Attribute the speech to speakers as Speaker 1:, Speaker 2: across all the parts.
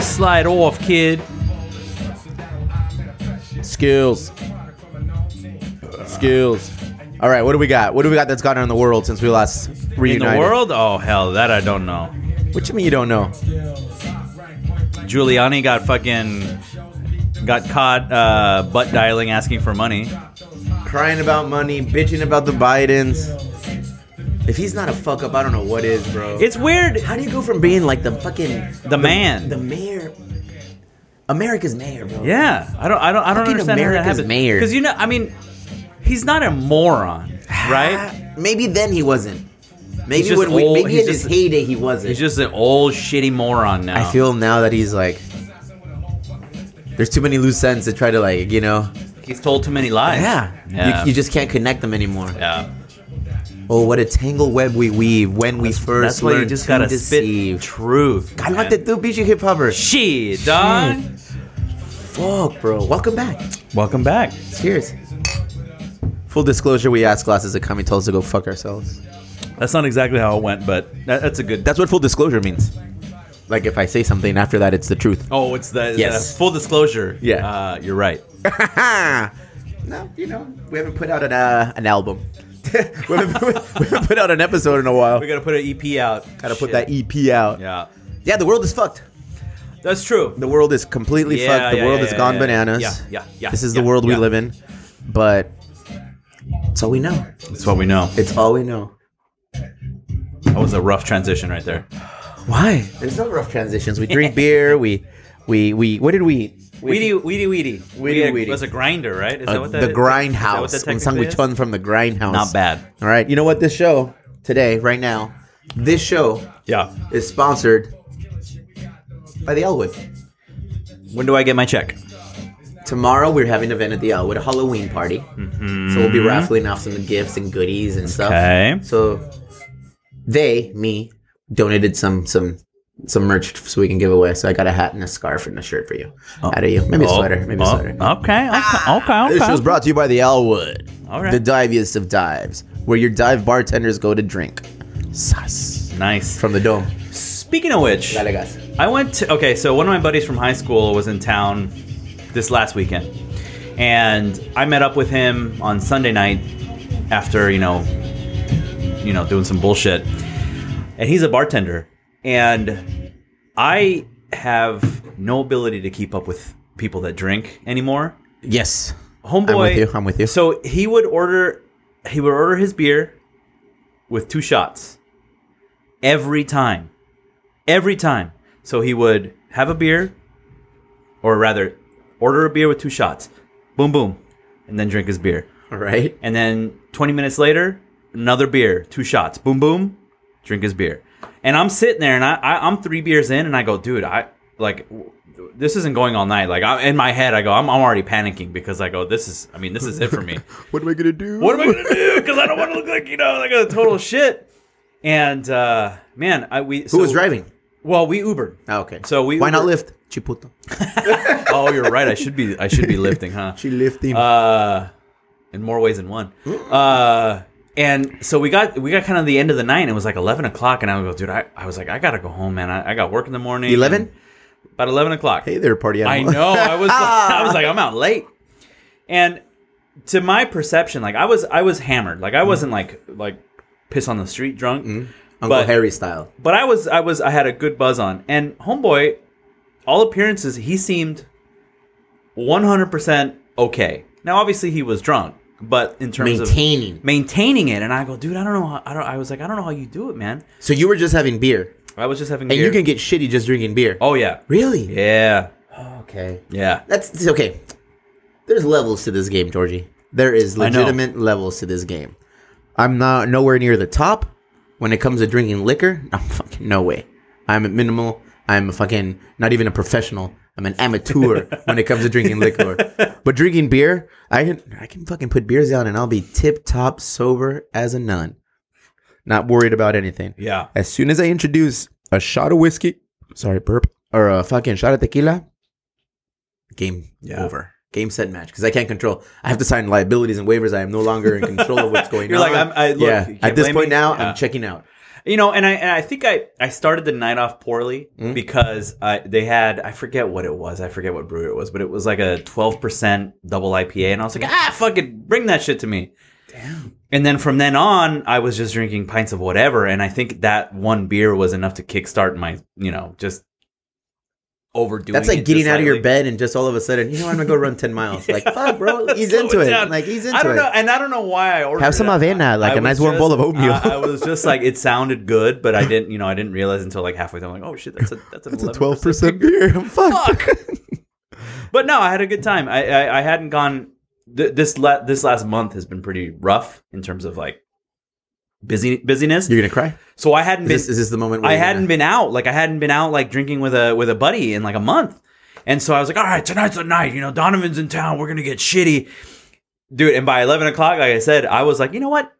Speaker 1: slide off, kid.
Speaker 2: Skills. Skills. All right, what do we got? What do we got that's gone on in the world since we last
Speaker 1: In
Speaker 2: reunited?
Speaker 1: the world? Oh hell, that I don't know.
Speaker 2: What you mean you don't know?
Speaker 1: Giuliani got fucking got caught uh, butt dialing, asking for money.
Speaker 2: Crying about money, bitching about the Bidens. If he's not a fuck up, I don't know what is, bro.
Speaker 1: It's weird.
Speaker 2: How do you go from being like the fucking
Speaker 1: The man.
Speaker 2: the mayor, America's mayor, bro?
Speaker 1: Yeah, I don't, I don't, I don't
Speaker 2: Fucking
Speaker 1: understand
Speaker 2: America's
Speaker 1: how that happens.
Speaker 2: mayor.
Speaker 1: Because you know, I mean, he's not a moron, right?
Speaker 2: Maybe then he wasn't. Maybe
Speaker 1: just
Speaker 2: when we,
Speaker 1: old-
Speaker 2: maybe
Speaker 1: he's
Speaker 2: in his
Speaker 1: just-
Speaker 2: heyday he wasn't.
Speaker 1: he's just an old shitty moron now.
Speaker 2: I feel now that he's like, there's too many loose ends to try to like, you know.
Speaker 1: he's told too many lies. yeah,
Speaker 2: You, you just can't connect them anymore.
Speaker 1: yeah.
Speaker 2: Oh, what a tangle web we weave when we first
Speaker 1: That's why
Speaker 2: learn
Speaker 1: you just
Speaker 2: to
Speaker 1: gotta
Speaker 2: deceive.
Speaker 1: spit truth.
Speaker 2: I like
Speaker 1: man.
Speaker 2: the do Bijou hip hopper.
Speaker 1: Shit, dog.
Speaker 2: Fuck, bro. Welcome back.
Speaker 1: Welcome back.
Speaker 2: Cheers. Full disclosure: We asked glasses of Kami told us to go fuck ourselves.
Speaker 1: That's not exactly how it went, but that, that's a good.
Speaker 2: That's what full disclosure means. Like if I say something after that, it's the truth.
Speaker 1: Oh, it's the
Speaker 2: Yes.
Speaker 1: the full disclosure.
Speaker 2: Yeah.
Speaker 1: uh, you're right.
Speaker 2: no, you know, we haven't put out an, uh, an album. we, haven't, we haven't put out an episode in a while.
Speaker 1: We gotta put an EP out.
Speaker 2: Gotta put
Speaker 1: Shit.
Speaker 2: that E EP out.
Speaker 1: Yeah,
Speaker 2: Yeah, the world is fucked.
Speaker 1: that's true.
Speaker 2: The world is completely
Speaker 1: Yeah,
Speaker 2: fucked. The
Speaker 1: yeah,
Speaker 2: world
Speaker 1: yeah,
Speaker 2: is
Speaker 1: yeah,
Speaker 2: gone
Speaker 1: yeah,
Speaker 2: bananas.
Speaker 1: yeah, yeah, yeah,
Speaker 2: This is
Speaker 1: yeah,
Speaker 2: the world we
Speaker 1: yeah.
Speaker 2: live in. But it's all we know.
Speaker 1: That's what we know.
Speaker 2: It's all we know.
Speaker 1: That was a rough transition right there.
Speaker 2: Why? There's no rough transitions. We drink beer. We, we, we. What did we eat? We-
Speaker 1: Weedy, weedy, weedy,
Speaker 2: Weedy,
Speaker 1: Weedy
Speaker 2: weedy.
Speaker 1: was a grinder, right? Is
Speaker 2: uh,
Speaker 1: that what that
Speaker 2: the
Speaker 1: is?
Speaker 2: grindhouse.
Speaker 1: Is that
Speaker 2: we
Speaker 1: what that
Speaker 2: sung we
Speaker 1: technically
Speaker 2: chun from the grindhouse.
Speaker 1: is? Not bad.
Speaker 2: All right. You know what? This show today, right now, this show
Speaker 1: Yeah.
Speaker 2: is sponsored by the Elwood.
Speaker 1: When do I get my check?
Speaker 2: Tomorrow we're having an event at the Elwood, a Halloween party. So we'll be raffling off some gifts and goodies and stuff.
Speaker 1: Mm-hmm. Okay.
Speaker 2: So they, me, donated some some some merch so we can give away. So I got a hat and a scarf and a shirt for you. Out of you, maybe a sweater, maybe a
Speaker 1: Oh,
Speaker 2: sweater.
Speaker 1: Okay. Okay.
Speaker 2: This
Speaker 1: Okay.
Speaker 2: show's
Speaker 1: okay.
Speaker 2: brought to you by the Elwood,
Speaker 1: All right.
Speaker 2: the diviest of dives, where your dive bartenders go to drink. Sus.
Speaker 1: Nice.
Speaker 2: From the dome.
Speaker 1: Speaking of which,
Speaker 2: Dale, guys.
Speaker 1: I went to, okay, so one of my buddies from high school was in town this last weekend. And I met up with him on Sunday night after, you know, you know, doing some bullshit. And he's a bartender. And I have no ability to keep up with people that drink anymore.
Speaker 2: Yes.
Speaker 1: Homeboy
Speaker 2: I'm with you. I'm with you.
Speaker 1: So he would order he would order his beer with two shots every time. Every time. So he would have a beer or rather order a beer with two shots. Boom boom and then drink his beer.
Speaker 2: All right.
Speaker 1: And then 20 minutes later, another beer, two shots. Boom boom, drink his beer. And I'm sitting there and I, I I'm 3 beers in and I go, "Dude, I like w- this isn't going all night. Like I, in my head, I go, I'm, I'm already panicking because I go, this is, I mean, this is it for me.
Speaker 2: What am I gonna do?
Speaker 1: what am I gonna do? Because I don't want to look like you know like a total shit. And uh, man, I we
Speaker 2: Who was driving?
Speaker 1: Well, we Ubered.
Speaker 2: Oh, okay.
Speaker 1: So we
Speaker 2: why not
Speaker 1: Ubered-
Speaker 2: lift? Chiputo.
Speaker 1: Oh, you're right. I should be I should be lifting, huh?
Speaker 2: She lifting.
Speaker 1: Uh, in more ways than one. Uh, and so we got we got kind of the end of the night. And it was like eleven o'clock, and I would go, dude. I, I was like, I gotta go home, man. I, I got work in the morning.
Speaker 2: 11?
Speaker 1: About eleven o'clock.
Speaker 2: hey there, party
Speaker 1: I
Speaker 2: animal.
Speaker 1: know. I was like, I was like, I'm out late. And to my perception, like I was I was hammered. Like I wasn't like like piss on the street drunk.
Speaker 2: Uncle
Speaker 1: but,
Speaker 2: Harry style.
Speaker 1: But I was I was I had a good buzz on. And homeboy, all appearances, he seemed one hundred percent okay. Now obviously he was drunk, but in terms
Speaker 2: Maintaining.
Speaker 1: of maintaining it, and I go, dude, I don't know how, I don't I was like, I don't know how you do it, man.
Speaker 2: So you were just having beer,
Speaker 1: I was just having
Speaker 2: and
Speaker 1: beer.
Speaker 2: you can get shitty just drinking beer.
Speaker 1: Oh yeah.
Speaker 2: really?
Speaker 1: Yeah.
Speaker 2: Okay.
Speaker 1: Yeah.
Speaker 2: That's it's okay. There's levels to this game, Georgie. There is
Speaker 1: know.
Speaker 2: legitimate levels to this game. I'm not nowhere near the top when it comes to drinking liquor. I'm fucking no way. I'm at minimal. I'm a fucking not even a professional. I'm an amateur when it comes to drinking liquor. But drinking beer, I can I can fucking put beers down and I'll be tip top sober as a nun. Not worried about anything.
Speaker 1: Yeah.
Speaker 2: As soon as I introduce a shot of whiskey, sorry, burp, or a fucking shot of tequila, game
Speaker 1: Yeah.
Speaker 2: over. Game set match because I can't control. I have to sign liabilities and waivers. I am no longer in control of what's going
Speaker 1: You're
Speaker 2: on.
Speaker 1: like, I'm- I- look, you
Speaker 2: yeah.
Speaker 1: can't
Speaker 2: At this
Speaker 1: blame
Speaker 2: point
Speaker 1: me.
Speaker 2: now,
Speaker 1: Yeah.
Speaker 2: I'm checking out.
Speaker 1: You know, and I and I think I I started the night off poorly
Speaker 2: Mm-hmm.
Speaker 1: because I they had I forget what it was I forget what brewer it was but it was like a twelve percent double IPA and I was like ah fuck it bring that shit to me. Damn. And then from then on I was just drinking pints of whatever and I think that one beer was enough to kickstart my you know just overdoing.
Speaker 2: That's
Speaker 1: it
Speaker 2: like
Speaker 1: just
Speaker 2: getting out of your
Speaker 1: slightly.
Speaker 2: bed and just all of a sudden, you know, I'm gonna go run ten miles. Like fuck, bro, he's
Speaker 1: Slow
Speaker 2: into
Speaker 1: it
Speaker 2: it.
Speaker 1: down.
Speaker 2: Like he's into
Speaker 1: I don't
Speaker 2: it.
Speaker 1: know, and I don't know why I ordered.
Speaker 2: Have some
Speaker 1: it.
Speaker 2: avena, like
Speaker 1: a
Speaker 2: a nice warm bowl of oatmeal.
Speaker 1: I, I was just like, it sounded good, but I didn't, you know, I didn't realize until like halfway through. I'm like, oh shit, that's a that's, an
Speaker 2: It's a
Speaker 1: 11%.
Speaker 2: twelve percent beer. Fuck.
Speaker 1: Fuck. But no, I had a good time. I I, I hadn't gone. Th- this la- this last month has been pretty rough in terms of like busy busyness.
Speaker 2: You're gonna cry.
Speaker 1: so I hadn't
Speaker 2: Is
Speaker 1: been.
Speaker 2: this, is this the moment? Where
Speaker 1: I
Speaker 2: you're
Speaker 1: hadn't been out. Like I hadn't been out like drinking with a with a buddy in like a month. And so I was like, all right, tonight's the night. You know, Donovan's in town. We're gonna get shitty, dude. And by eleven o'clock, like I said, I was like, you know what?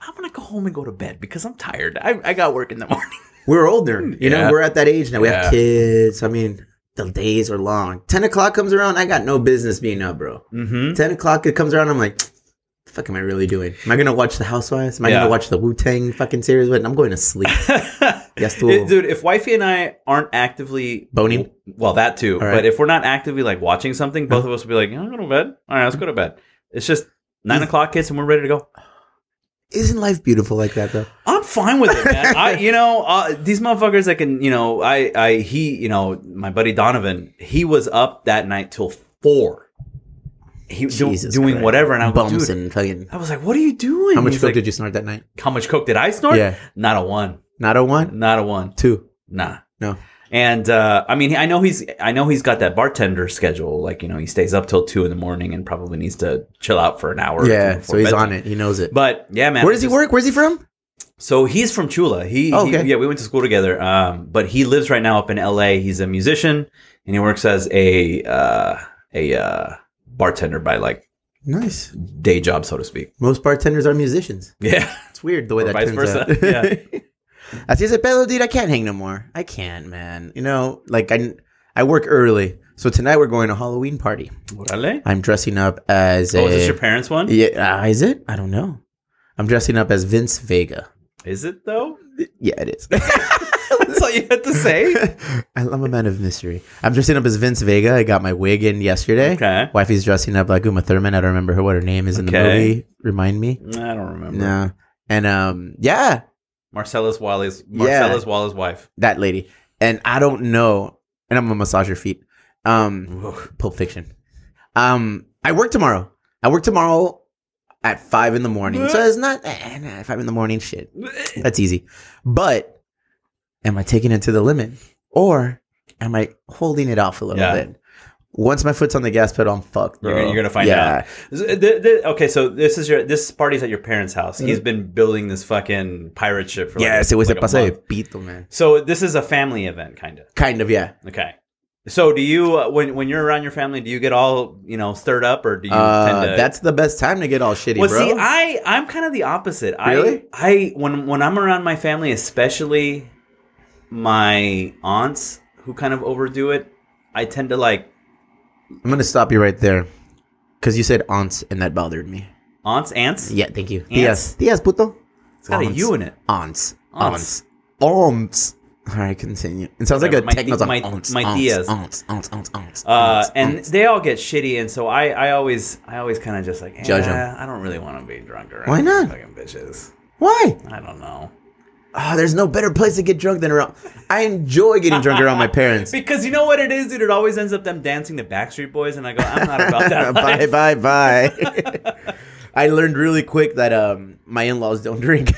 Speaker 1: I'm gonna go home and go to bed because I'm tired. I, I got work in the morning.
Speaker 2: We're older. You know,
Speaker 1: Hmm. Yeah.
Speaker 2: we're at that age now. We
Speaker 1: Yeah.
Speaker 2: have kids. I mean, the days are long. Ten o'clock comes around. I got no business being up, bro.
Speaker 1: Mm-hmm.
Speaker 2: Ten o'clock it comes around. I'm like, what the fuck am I really doing? Am I gonna watch The Housewives? Am I
Speaker 1: Yeah.
Speaker 2: gonna watch the Wu Tang fucking series? What? I'm going to sleep. Yes,
Speaker 1: Mm-hmm. It-
Speaker 2: dude.
Speaker 1: dude. If wifey and I aren't actively
Speaker 2: Boning?
Speaker 1: well, that too.
Speaker 2: All right.
Speaker 1: But if we're not actively like watching something, both of us will be like, I'm going to bed. All right, let's go to bed. It's just nine o'clock hits and we're ready to go.
Speaker 2: Isn't life beautiful like that though?
Speaker 1: I'm fine with it, man. I, you know, uh, these motherfuckers that can, you know, I, I, he, you know, my buddy Donovan, he was up that night till four. He was do,
Speaker 2: Jesus
Speaker 1: doing
Speaker 2: Christ.
Speaker 1: whatever, and I was, like,
Speaker 2: Bums
Speaker 1: dude,
Speaker 2: and fucking.
Speaker 1: I was like, "What are you doing?"
Speaker 2: How much
Speaker 1: He's
Speaker 2: coke
Speaker 1: like,
Speaker 2: did you snort that night?
Speaker 1: How much coke did I snort?
Speaker 2: Yeah.
Speaker 1: not a one,
Speaker 2: Not a one,
Speaker 1: not a one,
Speaker 2: two.
Speaker 1: nah.
Speaker 2: No.
Speaker 1: And uh, I mean, I know he's, I know he's got that bartender schedule. Like, you know, he stays up till two in the morning and probably needs to chill out for an hour.
Speaker 2: Yeah, so he's on it. He knows it.
Speaker 1: But yeah, man.
Speaker 2: Where
Speaker 1: I
Speaker 2: does he
Speaker 1: just-
Speaker 2: work? Where's he from?
Speaker 1: So he's from Chula. He,
Speaker 2: Oh,
Speaker 1: he-
Speaker 2: okay.
Speaker 1: yeah, we went to school together. Um, but he lives right now up in LA. He's a musician and he works as a uh, a uh, bartender by like
Speaker 2: Nice.
Speaker 1: day job, so to speak.
Speaker 2: Most bartenders are musicians.
Speaker 1: Yeah,
Speaker 2: It's weird the way
Speaker 1: Or
Speaker 2: that
Speaker 1: vice
Speaker 2: turns
Speaker 1: versa.
Speaker 2: out.
Speaker 1: Yeah.
Speaker 2: Así es el pedo, dude. I can't hang no more. I can't, man. You know, like I, I work early, so tonight we're going to a Halloween party.
Speaker 1: Orale.
Speaker 2: I'm dressing up as
Speaker 1: Oh,
Speaker 2: a.
Speaker 1: is this your parents' one?
Speaker 2: yeah, uh, is it? I don't know. I'm dressing up as Vince Vega.
Speaker 1: Is it though?
Speaker 2: Yeah, it is.
Speaker 1: That's all you had to say.
Speaker 2: I'm a man of mystery. I'm dressing up as Vince Vega. I got my wig in yesterday.
Speaker 1: Okay.
Speaker 2: Wifey's dressing up like Uma Thurman. I don't remember her what her name is in the
Speaker 1: Okay.
Speaker 2: movie. Remind me.
Speaker 1: I don't remember.
Speaker 2: No. And um, yeah,
Speaker 1: Marcellus Wally's
Speaker 2: Yeah.
Speaker 1: Marcellus Wally's wife.
Speaker 2: that lady. And I don't know. And I'm gonna massage your feet. Um, Pulp Fiction. Um, I work tomorrow. I work tomorrow at five in the morning. So it's not eh, nah, five in the morning. Shit, that's easy. But am I taking it to the limit, or am I holding it off a little
Speaker 1: Yeah.
Speaker 2: bit? Once my foot's on the gas pedal, I'm fucked,
Speaker 1: You're
Speaker 2: bro.
Speaker 1: gonna- you're gonna find out. Th- th- th- okay, so this is your this party's at your parents' house. He's been building this fucking pirate ship for like
Speaker 2: Mm-hmm. Yes,
Speaker 1: a-
Speaker 2: it was
Speaker 1: like
Speaker 2: a
Speaker 1: a
Speaker 2: paso de
Speaker 1: month.
Speaker 2: pito, man.
Speaker 1: So this is a family event, kind of.
Speaker 2: Kind of, yeah.
Speaker 1: Okay. So do you uh, when when you're around your family, do you get all you know stirred up, or do you
Speaker 2: Uh,
Speaker 1: tend to?
Speaker 2: that's the best time to get all shitty,
Speaker 1: well,
Speaker 2: bro.
Speaker 1: see, I I'm kind of the opposite.
Speaker 2: Really?
Speaker 1: I I when when I'm around my family, especially my aunts who kind of overdo it, I tend to like
Speaker 2: I'm gonna stop you right there, because you said aunts, and that bothered me.
Speaker 1: aunts aunts.
Speaker 2: Yeah, thank you.
Speaker 1: Ants?
Speaker 2: Yes, yes, puto.
Speaker 1: It's got a
Speaker 2: Aunts.
Speaker 1: U in it.
Speaker 2: aunts,
Speaker 1: Aunts.
Speaker 2: aunts, aunts. All right, continue. It sounds like a
Speaker 1: Whatever, my
Speaker 2: techno
Speaker 1: thi-
Speaker 2: song.
Speaker 1: my-
Speaker 2: aunts,
Speaker 1: my
Speaker 2: aunts,
Speaker 1: tias.
Speaker 2: aunts, aunts, aunts, aunts,
Speaker 1: Uh,
Speaker 2: aunts,
Speaker 1: and
Speaker 2: aunts.
Speaker 1: they all get shitty, and so I, I always, I always kind of just like
Speaker 2: Judge 'em.
Speaker 1: "Eh, I don't really want to be drunk around.
Speaker 2: Why
Speaker 1: you
Speaker 2: not?
Speaker 1: Fucking bitches.
Speaker 2: why?
Speaker 1: I don't know.
Speaker 2: Oh, there's no better place to get drunk than around. I enjoy getting drunk around my parents.
Speaker 1: Because you know what it is, dude. It always ends up them dancing to Backstreet Boys, and I go, I'm not about that.
Speaker 2: bye,
Speaker 1: life."
Speaker 2: bye, bye. I learned really quick that um, my in-laws don't drink,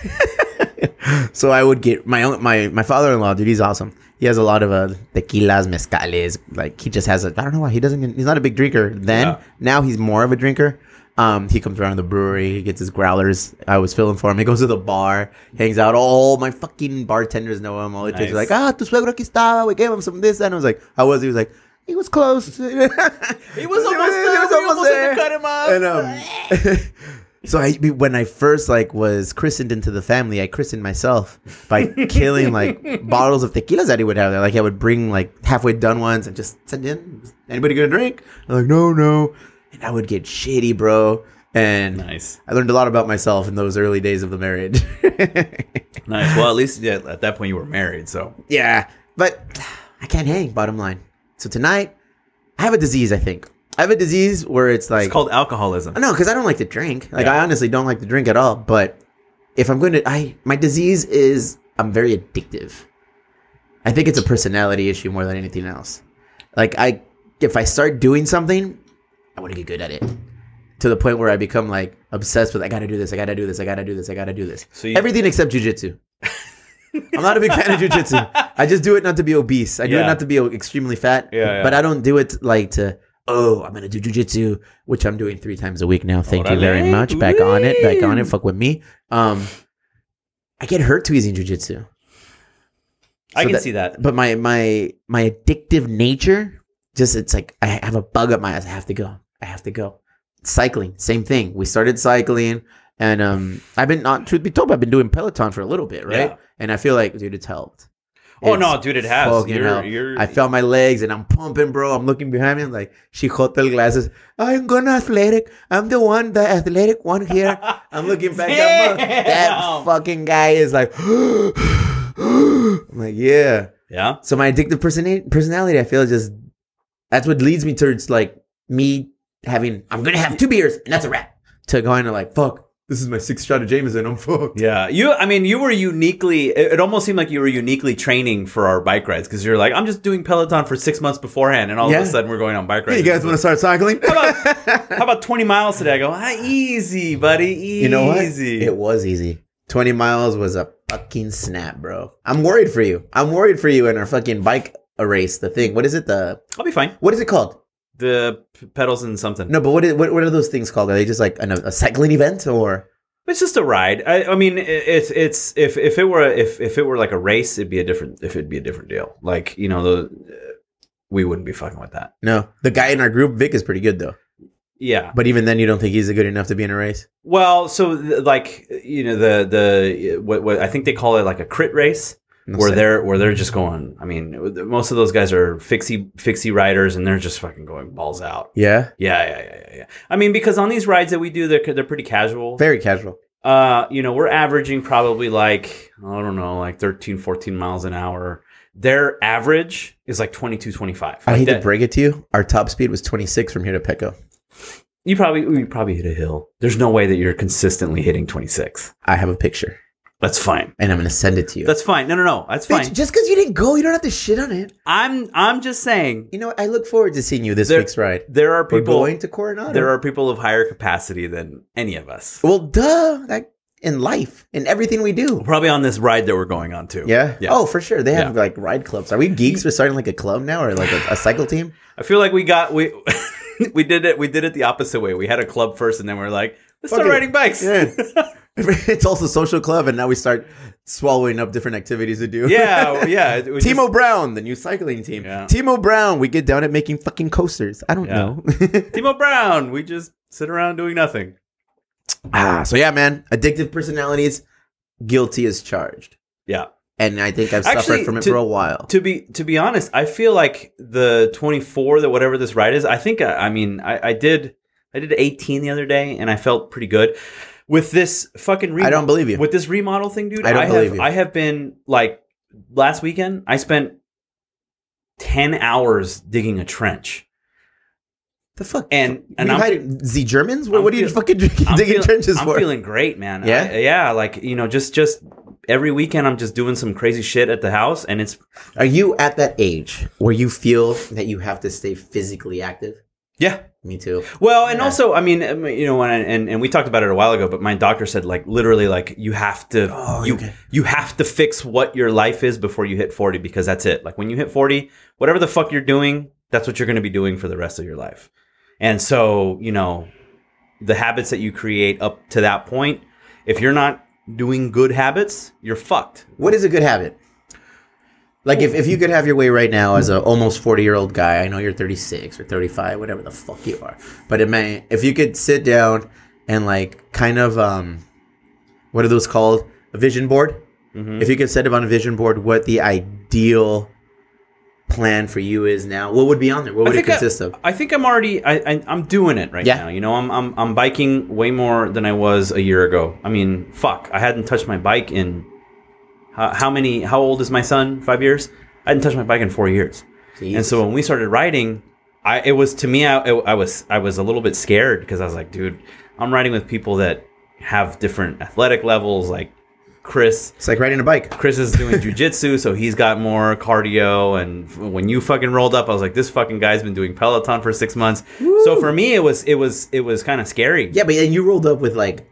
Speaker 2: so I would get my own, my my father-in-law. Dude, he's awesome. He has a lot of uh, tequilas, mezcales. Like he just has a. I don't know why he doesn't. He's not a big drinker. Then
Speaker 1: Yeah.
Speaker 2: now he's more of a drinker. Um, he comes around the brewery. He gets his growlers. I was filling for him. He goes to the bar, hangs out. All my fucking bartenders know him. All it takes is
Speaker 1: Nice.
Speaker 2: like, ah, tu suegro aquí estaba. We gave him some this. And I was like, how was he? He was like, he was close.
Speaker 1: He was almost there. We almost had to cut him off.
Speaker 2: And, um, so I, when I first like was christened into the family, I christened myself by killing like bottles of tequilas that he would have there. Like I would bring like halfway done ones and just send in. Anybody gonna drink? I'm like, no, no. And I would get shitty, bro. and
Speaker 1: Nice.
Speaker 2: I learned a lot about myself in those early days of the marriage.
Speaker 1: Nice. Well, at least yeah, at that point you were married, so
Speaker 2: yeah, but I can't hang. Bottom line. So tonight, I have a disease. I think I have a disease where it's like
Speaker 1: it's called alcoholism.
Speaker 2: No, because I don't like to drink. Like
Speaker 1: Yeah.
Speaker 2: I honestly don't like to drink at all. But if I'm going to, I my disease is I'm very addictive. I think it's a personality issue more than anything else. Like I, if I start doing something, I want to get good at it to the point where I become like obsessed with I gotta do this, I gotta do this, I gotta do this, I gotta do this.
Speaker 1: So you-
Speaker 2: Everything except jujitsu. I'm not a big fan of jujitsu. I just do it not to be obese. I do it
Speaker 1: Yeah.
Speaker 2: not to be extremely fat.
Speaker 1: Yeah, yeah.
Speaker 2: But I don't do it like to oh I'm gonna do jujitsu, which I'm doing three times a week now. Thank you very
Speaker 1: Orale.
Speaker 2: much. Back on it. Back on it.
Speaker 1: Woo.
Speaker 2: Fuck with me. Um, I get hurt tweezing jujitsu,
Speaker 1: I
Speaker 2: so
Speaker 1: can
Speaker 2: that-
Speaker 1: see that.
Speaker 2: but my my my addictive nature just it's like I have a bug up my ass. I have to go. I have to go. Cycling, same thing. We started cycling, and um, I've been not truth be told, I've been doing Peloton for a little bit, right?
Speaker 1: Yeah.
Speaker 2: And I feel like, dude, it's helped.
Speaker 1: Oh
Speaker 2: It's-
Speaker 1: no, dude, it has.
Speaker 2: fucking
Speaker 1: You're,
Speaker 2: hell.
Speaker 1: you're,
Speaker 2: I felt my legs and I'm pumping, bro. I'm looking behind me I'm like she hotel glasses. I'm gonna athletic. I'm the one, the athletic one here. I'm looking back. That, mo- that
Speaker 1: Damn.
Speaker 2: fucking guy is like, I'm like, yeah.
Speaker 1: yeah.
Speaker 2: So my addictive persona- personality, I feel, is just that's what leads me towards like me having. I'm gonna have two beers and that's a wrap. To going to like, fuck, this is my sixth shot of Jameson. I'm fucked.
Speaker 1: Yeah, you. I mean, you were uniquely. It, it almost seemed like you were uniquely training for our bike rides because you're like, I'm just doing Peloton for six months beforehand, and all
Speaker 2: Yeah.
Speaker 1: of a sudden we're going on bike rides.
Speaker 2: you guys want to start cycling?
Speaker 1: to? How about 20 miles today? I go, ah, easy, buddy, easy.
Speaker 2: You know what? It was easy. 20 miles was a fucking snap, bro. I'm worried for you. I'm worried for you in our fucking bike race, the thing. What is it? The
Speaker 1: I'll be fine.
Speaker 2: what is it called?
Speaker 1: The p- pedals and something.
Speaker 2: No, but what is, what, what are those things called? Are they just like an, a cycling event or
Speaker 1: It's just a ride. I, I mean, i- it's it's if if it were a- if if it were like a race, it'd be a different if it'd be a different deal. Like you know, the we wouldn't be fucking with that.
Speaker 2: no? The guy in our group, Vic, is pretty good though.
Speaker 1: Yeah.
Speaker 2: But even then, you don't think he's good enough to be in a race?
Speaker 1: Well, so th- like you know the the what, what I think they call it like a crit race.
Speaker 2: No
Speaker 1: where
Speaker 2: say.
Speaker 1: they're where they're just going. I mean, most of those guys are fixie fixie riders, and they're just fucking going balls out.
Speaker 2: Yeah,
Speaker 1: Yeah, yeah, yeah, yeah. yeah. I mean, because on these rides that we do, they're they're pretty casual.
Speaker 2: very casual.
Speaker 1: Uh, you know, we're averaging probably like I don't know, like 13, 14 miles an hour. Their average is like 22, 25.
Speaker 2: I
Speaker 1: Like
Speaker 2: hate
Speaker 1: that-
Speaker 2: to break it to you. Our top speed was 26 from here to Petco.
Speaker 1: you probably you probably hit a hill. There's no way that you're consistently hitting 26.
Speaker 2: I have a picture,
Speaker 1: That's fine.
Speaker 2: and I'm gonna send it to you.
Speaker 1: That's fine. No, no, no. That's
Speaker 2: Bitch,
Speaker 1: fine.
Speaker 2: just because you didn't go, you don't have to shit on it.
Speaker 1: I'm I'm just saying
Speaker 2: You know, what? I look forward to seeing you this
Speaker 1: There-
Speaker 2: week's ride.
Speaker 1: there are
Speaker 2: We're
Speaker 1: people
Speaker 2: going to Coronado.
Speaker 1: there are people of higher capacity than any of us.
Speaker 2: Well, duh. Like in life, in everything we do.
Speaker 1: Probably on this ride that we're going on too.
Speaker 2: Yeah.
Speaker 1: Yeah.
Speaker 2: Oh, for sure. They have like ride clubs. Are we geeks? We're starting like a club now, or like a, a cycle team.
Speaker 1: I feel like we got we we did it we did it the opposite way. We had a club first and then we are like, let's start
Speaker 2: Fuck it.
Speaker 1: riding bikes.
Speaker 2: Yeah. it's also social club, and now we start swallowing up different activities to do.
Speaker 1: yeah, yeah. it was
Speaker 2: Timo Brown, the new cycling team.
Speaker 1: Yeah.
Speaker 2: Timo Brown, we get down at making fucking coasters. I don't
Speaker 1: Yeah.
Speaker 2: know.
Speaker 1: just- Timo Brown. We just sit around doing nothing.
Speaker 2: ah, so yeah, man. Addictive personalities, guilty as charged.
Speaker 1: Yeah.
Speaker 2: And I think I've
Speaker 1: Actually,
Speaker 2: suffered from it
Speaker 1: to-
Speaker 2: for a while.
Speaker 1: To be to be honest, I feel like the 24 that whatever this ride is. I think uh, I, I mean I, I did I did 18 the other day and I felt pretty good with this fucking. Remo-
Speaker 2: I don't believe you.
Speaker 1: with this remodel thing, dude.
Speaker 2: I don't
Speaker 1: have,
Speaker 2: believe you.
Speaker 1: I have been like last weekend. I spent ten hours digging a trench,
Speaker 2: the fuck?
Speaker 1: and and
Speaker 2: you
Speaker 1: I'm,
Speaker 2: hiding- the Germans? What,
Speaker 1: I'm
Speaker 2: what are you
Speaker 1: feel-
Speaker 2: fucking drinking,
Speaker 1: I'm
Speaker 2: digging
Speaker 1: feel-
Speaker 2: trenches
Speaker 1: I'm
Speaker 2: for?
Speaker 1: feeling great, man.
Speaker 2: Yeah?
Speaker 1: I- yeah. Like you know, just just every weekend, I'm just doing some crazy shit at the house, and it's
Speaker 2: Are you at that age where you feel that you have to stay physically active?
Speaker 1: yeah.
Speaker 2: Me too.
Speaker 1: Well, and
Speaker 2: Yeah.
Speaker 1: also, I mean, I mean, you know, and, and and we talked about it a while ago, but my doctor said like literally like you have to
Speaker 2: Oh,
Speaker 1: you
Speaker 2: okay.
Speaker 1: you have to fix what your life is before you hit 40 because that's it. Like when you hit 40, whatever the fuck you're doing, that's what you're going to be doing for the rest of your life. And so, you know, the habits that you create up to that point, if you're not doing good habits, you're fucked.
Speaker 2: What is a good habit? Like if, if you could have your way right now as a almost forty year old guy, I know you're thirty six or thirty five, whatever the fuck you are. But it may, if you could sit down and like kind of um, what are those called?
Speaker 1: Mm-hmm.
Speaker 2: A vision board. If you could set up on a vision board what the ideal plan for you is now? What would be on there? What would it consist
Speaker 1: I,
Speaker 2: of?
Speaker 1: I think I'm already. I, I I'm doing it right
Speaker 2: Yeah.
Speaker 1: now. You know, I'm, I'm I'm biking way more than I was a year ago. I mean, fuck, I hadn't touched my bike in how, how many? How old is my son? Five years. I hadn't touched my bike in four years. And
Speaker 2: Jesus.
Speaker 1: so when we started riding, I it was to me I, I was I was a little bit scared because I was like, dude, I'm riding with people that have different athletic levels. Like Chris,
Speaker 2: It's like riding a bike.
Speaker 1: Chris is doing jujitsu, so he's got more cardio. And f- when you fucking rolled up, I was like, this fucking guy's been doing Peloton for six months. So for me, it was it was it was kind of scary.
Speaker 2: Yeah, but then you rolled up with like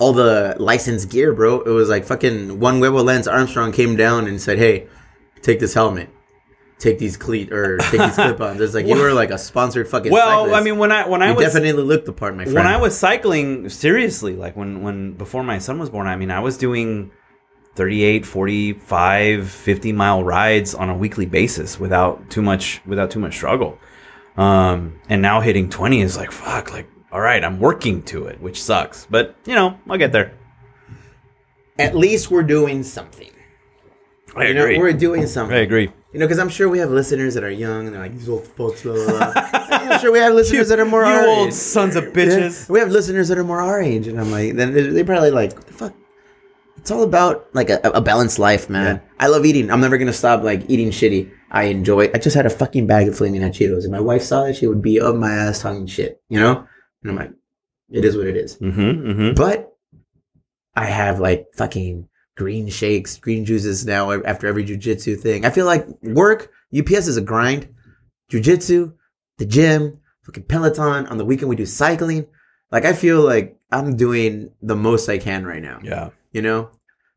Speaker 2: all the licensed gear, bro. It was like fucking one Webo Lance Armstrong came down and said, "Hey, take this helmet, take these cleat or take these clip-ons." It's like you were like a sponsored fucking.
Speaker 1: Well,
Speaker 2: cyclist.
Speaker 1: I mean, when I when I
Speaker 2: you
Speaker 1: was
Speaker 2: definitely looked the part, my friend.
Speaker 1: when I was cycling seriously, like when when before my son was born, I mean, I was doing 38, 45, 50 mile rides on a weekly basis without too much without too much struggle. Um, and now hitting 20 is like fuck, like all right, I'm working to it, which sucks. But, you know, I'll get there.
Speaker 2: at least we're doing something.
Speaker 1: I
Speaker 2: You know,
Speaker 1: agree.
Speaker 2: we're doing something.
Speaker 1: I agree.
Speaker 2: You know, because I'm sure we have listeners that are young and they're like these old folks. Blah, blah, blah. I'm sure we have listeners that are more
Speaker 1: you
Speaker 2: our
Speaker 1: old
Speaker 2: age.
Speaker 1: sons of
Speaker 2: Yeah.
Speaker 1: bitches.
Speaker 2: We have listeners that are more our age, and I'm like, then they- they probably like, what the fuck? It's all about like a, a balanced life, man. I love eating. I'm never gonna stop like eating shitty. I enjoy. I just had a fucking bag of flaming hot Cheetos, and my wife saw that she would be up my ass talking shit, you know. And I'm like, it is what it is.
Speaker 1: Mhm. Mhm.
Speaker 2: But I have like fucking green shakes, green juices now e-, after every jujitsu thing. I feel like work, UPS is a grind. Jujitsu, the gym, fucking Peloton. On the weekend, we do cycling. Like, I feel like I'm doing the most I can right now.
Speaker 1: Yeah.
Speaker 2: You know?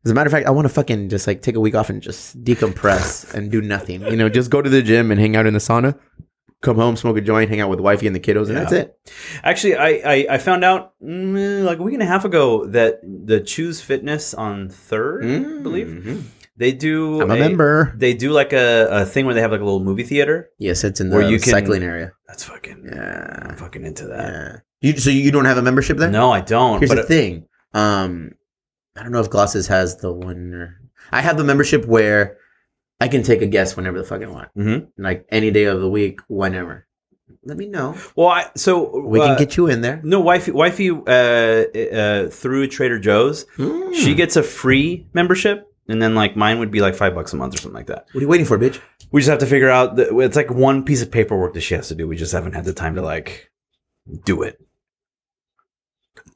Speaker 2: As a matter of fact, I want to fucking just like take a week off and just decompress and do nothing. You know, just go to the gym and hang out in the sauna, come home, smoke a joint, hang out with wifey and the kiddos, and
Speaker 1: Yeah.
Speaker 2: that's it.
Speaker 1: Actually, I, I, I found out mm, like a week and a half ago that the Choose Fitness on Third, I believe
Speaker 2: Mhm.
Speaker 1: they do.
Speaker 2: I'm a member.
Speaker 1: They do like a, a thing where they have like a little movie theater.
Speaker 2: Yes, it's in the
Speaker 1: Or you can-
Speaker 2: cycling area.
Speaker 1: That's fucking.
Speaker 2: Yeah.
Speaker 1: I'm fucking into that.
Speaker 2: yeah. You so you don't have a membership there?
Speaker 1: No, I don't.
Speaker 2: Here's
Speaker 1: but uh,
Speaker 2: the thing. Um, I don't know if Glosses has the one. Or, I have the membership where I can take a guest whenever the fuck I want,
Speaker 1: Mhm.
Speaker 2: like any day of the week, whenever. Let me know.
Speaker 1: Well, I, so
Speaker 2: We
Speaker 1: uh,
Speaker 2: can get you in there.
Speaker 1: no wifey. Wifey uh, uh, through Trader Joe's,
Speaker 2: Mm.
Speaker 1: she gets a free membership, and then like mine would be like five bucks a month or something like that.
Speaker 2: what are you waiting for, bitch?
Speaker 1: We just have to figure out. The, it's like one piece of paperwork that she has to do. We just haven't had the time to like do it.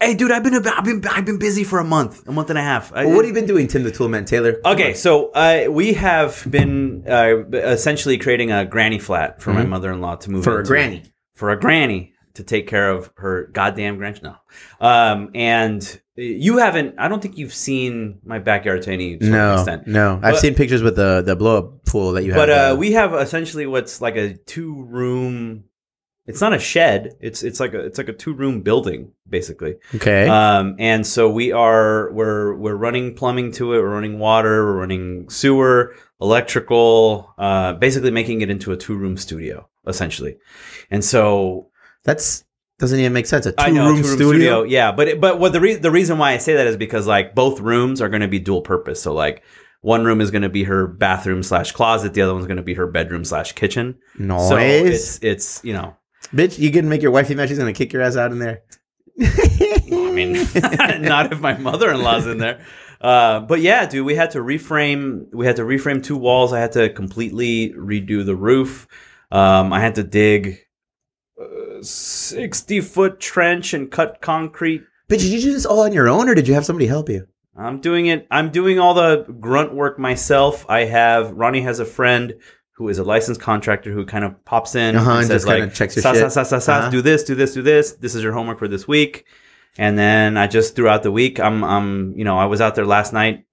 Speaker 1: Hey, dude, I've been I've been I've been busy for a month, a month and a half. I-
Speaker 2: Well, what have you been doing, Tim the Toolman Taylor? Come
Speaker 1: Okay,
Speaker 2: on.
Speaker 1: so uh, we have been uh, essentially creating a granny flat Mm-hmm. for my
Speaker 2: Mhm.
Speaker 1: mother-in-law to move
Speaker 2: for a
Speaker 1: into.
Speaker 2: granny.
Speaker 1: for a granny to take care of her goddamn grandchild. No, um, and you haven't. I don't think you've seen my backyard to any sort of
Speaker 2: No,
Speaker 1: extent.
Speaker 2: no. I've
Speaker 1: But-
Speaker 2: seen pictures with the the blow up pool that you have.
Speaker 1: but uh,
Speaker 2: there.
Speaker 1: we have essentially what's like a two room it's not a shed it's it's like a it's like a two room building basically
Speaker 2: okay.
Speaker 1: um and so we are we're we're running plumbing to it we're running water we're running sewer electrical uh basically making it into a two room studio essentially and so
Speaker 2: That's doesn't even make sense. A two
Speaker 1: I know,
Speaker 2: room
Speaker 1: two-room
Speaker 2: studio.
Speaker 1: yeah but it, but what the reason the reason why i say that is because like both rooms are going to be dual purpose so like one room is going to be her bathroom slash closet the other one's going to be her bedroom slash kitchen
Speaker 2: Noise.
Speaker 1: so it's it's you know
Speaker 2: Bitch, you can make your wifey mad. She's gonna kick your ass out in there.
Speaker 1: I mean not if my mother in law's in there. Uh, but yeah, dude, we had to reframe. We had to reframe two walls. I had to completely redo the roof. Um, I had to dig a sixty foot trench and cut concrete.
Speaker 2: Bitch, did you do this all on your own, or did you have somebody help you?
Speaker 1: I'm doing it. I'm doing all the grunt work myself. I have Ronnie has a friend who is a licensed contractor who kind of pops in
Speaker 2: Uh-huh,
Speaker 1: and
Speaker 2: and
Speaker 1: says
Speaker 2: just kinda
Speaker 1: like,
Speaker 2: checks your
Speaker 1: "Sas,
Speaker 2: shit."
Speaker 1: sas, sas, sas, sas,
Speaker 2: Uh-huh.
Speaker 1: do this, do this, do this. This is your homework for this week." And then I just throughout the week, I'm, I'm, you know, I was out there last night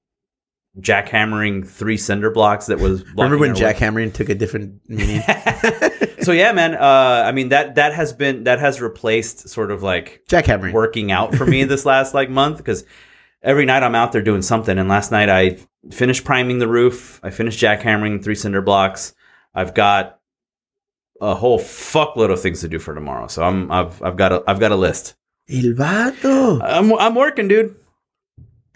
Speaker 1: jackhammering three cinder blocks that was.
Speaker 2: Remember
Speaker 1: blocking
Speaker 2: when
Speaker 1: our
Speaker 2: Jack Hammerin took a different meaning?
Speaker 1: way. so yeah, man. Uh, I mean that that has been that has replaced sort of like
Speaker 2: Jack Hammerin.
Speaker 1: working out for me this last like month because every night I'm out there doing something. And last night I finished priming the roof. I finished jackhammering three cinder blocks. I've got a whole fuckload of things to do for tomorrow. So I'm I've I've got a I've got a list.
Speaker 2: El vato.
Speaker 1: Uh, I'm I'm working, dude.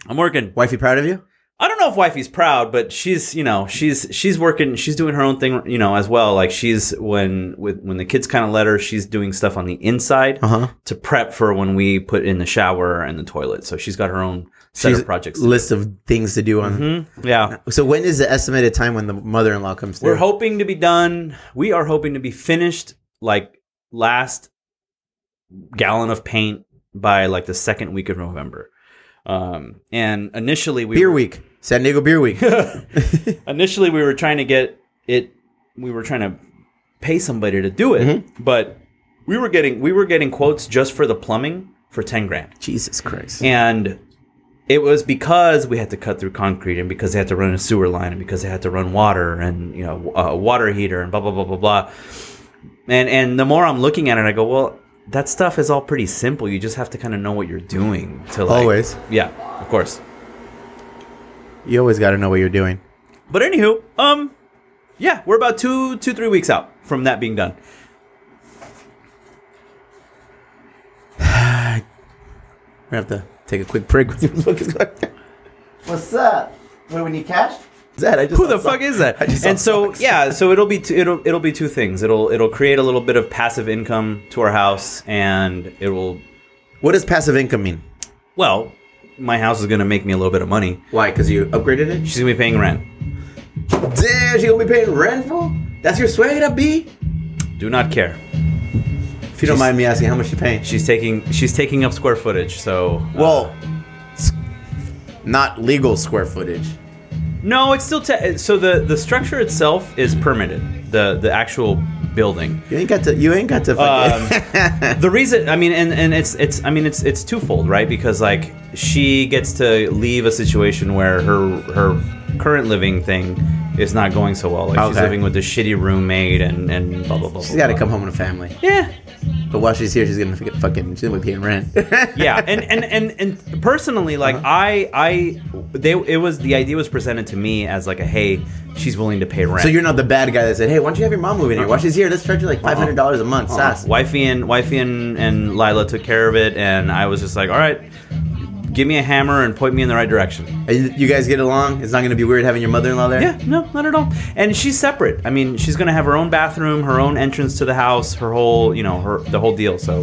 Speaker 1: I'm working.
Speaker 2: Wifey proud of you?
Speaker 1: I don't know if wifey's proud, but she's you know she's she's working she's doing her own thing you know as well. Like she's when with when the kids kind of let her, she's doing stuff on the inside
Speaker 2: Uh-huh.
Speaker 1: to prep for when we put in the shower and the toilet. So she's got her own set
Speaker 2: She's-
Speaker 1: of projects.
Speaker 2: List of things to do on.
Speaker 1: Mhm. Yeah,
Speaker 2: So when is the estimated time when the mother-in-law comes through?
Speaker 1: we're hoping to be done. We are hoping to be finished like last gallon of paint by like the second week of November. Um, and initially we
Speaker 2: Beer
Speaker 1: were-
Speaker 2: Week, San Diego Beer Week.
Speaker 1: initially we were trying to get it we were trying to pay somebody to do it
Speaker 2: Mm-hmm.
Speaker 1: but we were getting we were getting quotes just for the plumbing for 10 grand
Speaker 2: Jesus Christ.
Speaker 1: and it was because we had to cut through concrete and because they had to run a sewer line and because they had to run water and you know a water heater and blah blah blah blah blah and and the more i'm looking at it i go well that stuff is all pretty simple you just have to kind of know what you're doing to like
Speaker 2: Always.
Speaker 1: yeah of course
Speaker 2: You always got to know what you're doing.
Speaker 1: But anywho, um, yeah, we're about two, two, three weeks out from that being done.
Speaker 2: We have to take a quick break. What's up? What we need cash? That I just
Speaker 1: Who the fuck is that?
Speaker 2: I just saw
Speaker 1: And so
Speaker 2: socks.
Speaker 1: yeah, so it'll be two, it'll it'll be two things. It'll it'll create a little bit of passive income to our house, and it will
Speaker 2: What does passive income mean?
Speaker 1: well, my house is gonna make me a little bit of money.
Speaker 2: Why? Because you upgraded it.
Speaker 1: She's gonna be paying rent.
Speaker 2: Damn, she gonna be paying rent for? That's your swag up, B.
Speaker 1: Do not care.
Speaker 2: If you don't mind me asking, how much you paying?
Speaker 1: She's taking she's taking up square footage. So uh,
Speaker 2: Well, s- not legal square footage.
Speaker 1: no, it's still te- so the the structure itself is permitted. The the actual building.
Speaker 2: You ain't got to. You ain't got to. fucking-
Speaker 1: the reason i mean and, and it's it's i mean it's it's twofold right because like she gets to leave a situation where her her current living thing is not going so well like she's
Speaker 2: Okay.
Speaker 1: living with a shitty roommate and and blah blah blah
Speaker 2: she's got to come home to family.
Speaker 1: yeah
Speaker 2: But while she's here, she's gonna get fucking. She's gonna be paying rent.
Speaker 1: yeah and and and, and personally like
Speaker 2: Uh-huh.
Speaker 1: i i they it was the idea was presented to me as like a hey she's willing to pay rent
Speaker 2: So you're not the bad guy that said, "Hey, why don't you have your mom move in here? While she's here, let's charge you like five hundred dollars a month." Sass.
Speaker 1: Wifey and wifey and, and Lila took care of it, and I was just like, "All right, give me a hammer and point me in the right direction."
Speaker 2: And You you guys get along. It's not gonna be weird having your mother-in-law there.
Speaker 1: Yeah, no, not at all. And she's separate. I mean, she's gonna have her own bathroom, her own entrance to the house, her whole, you know, her the whole deal. So,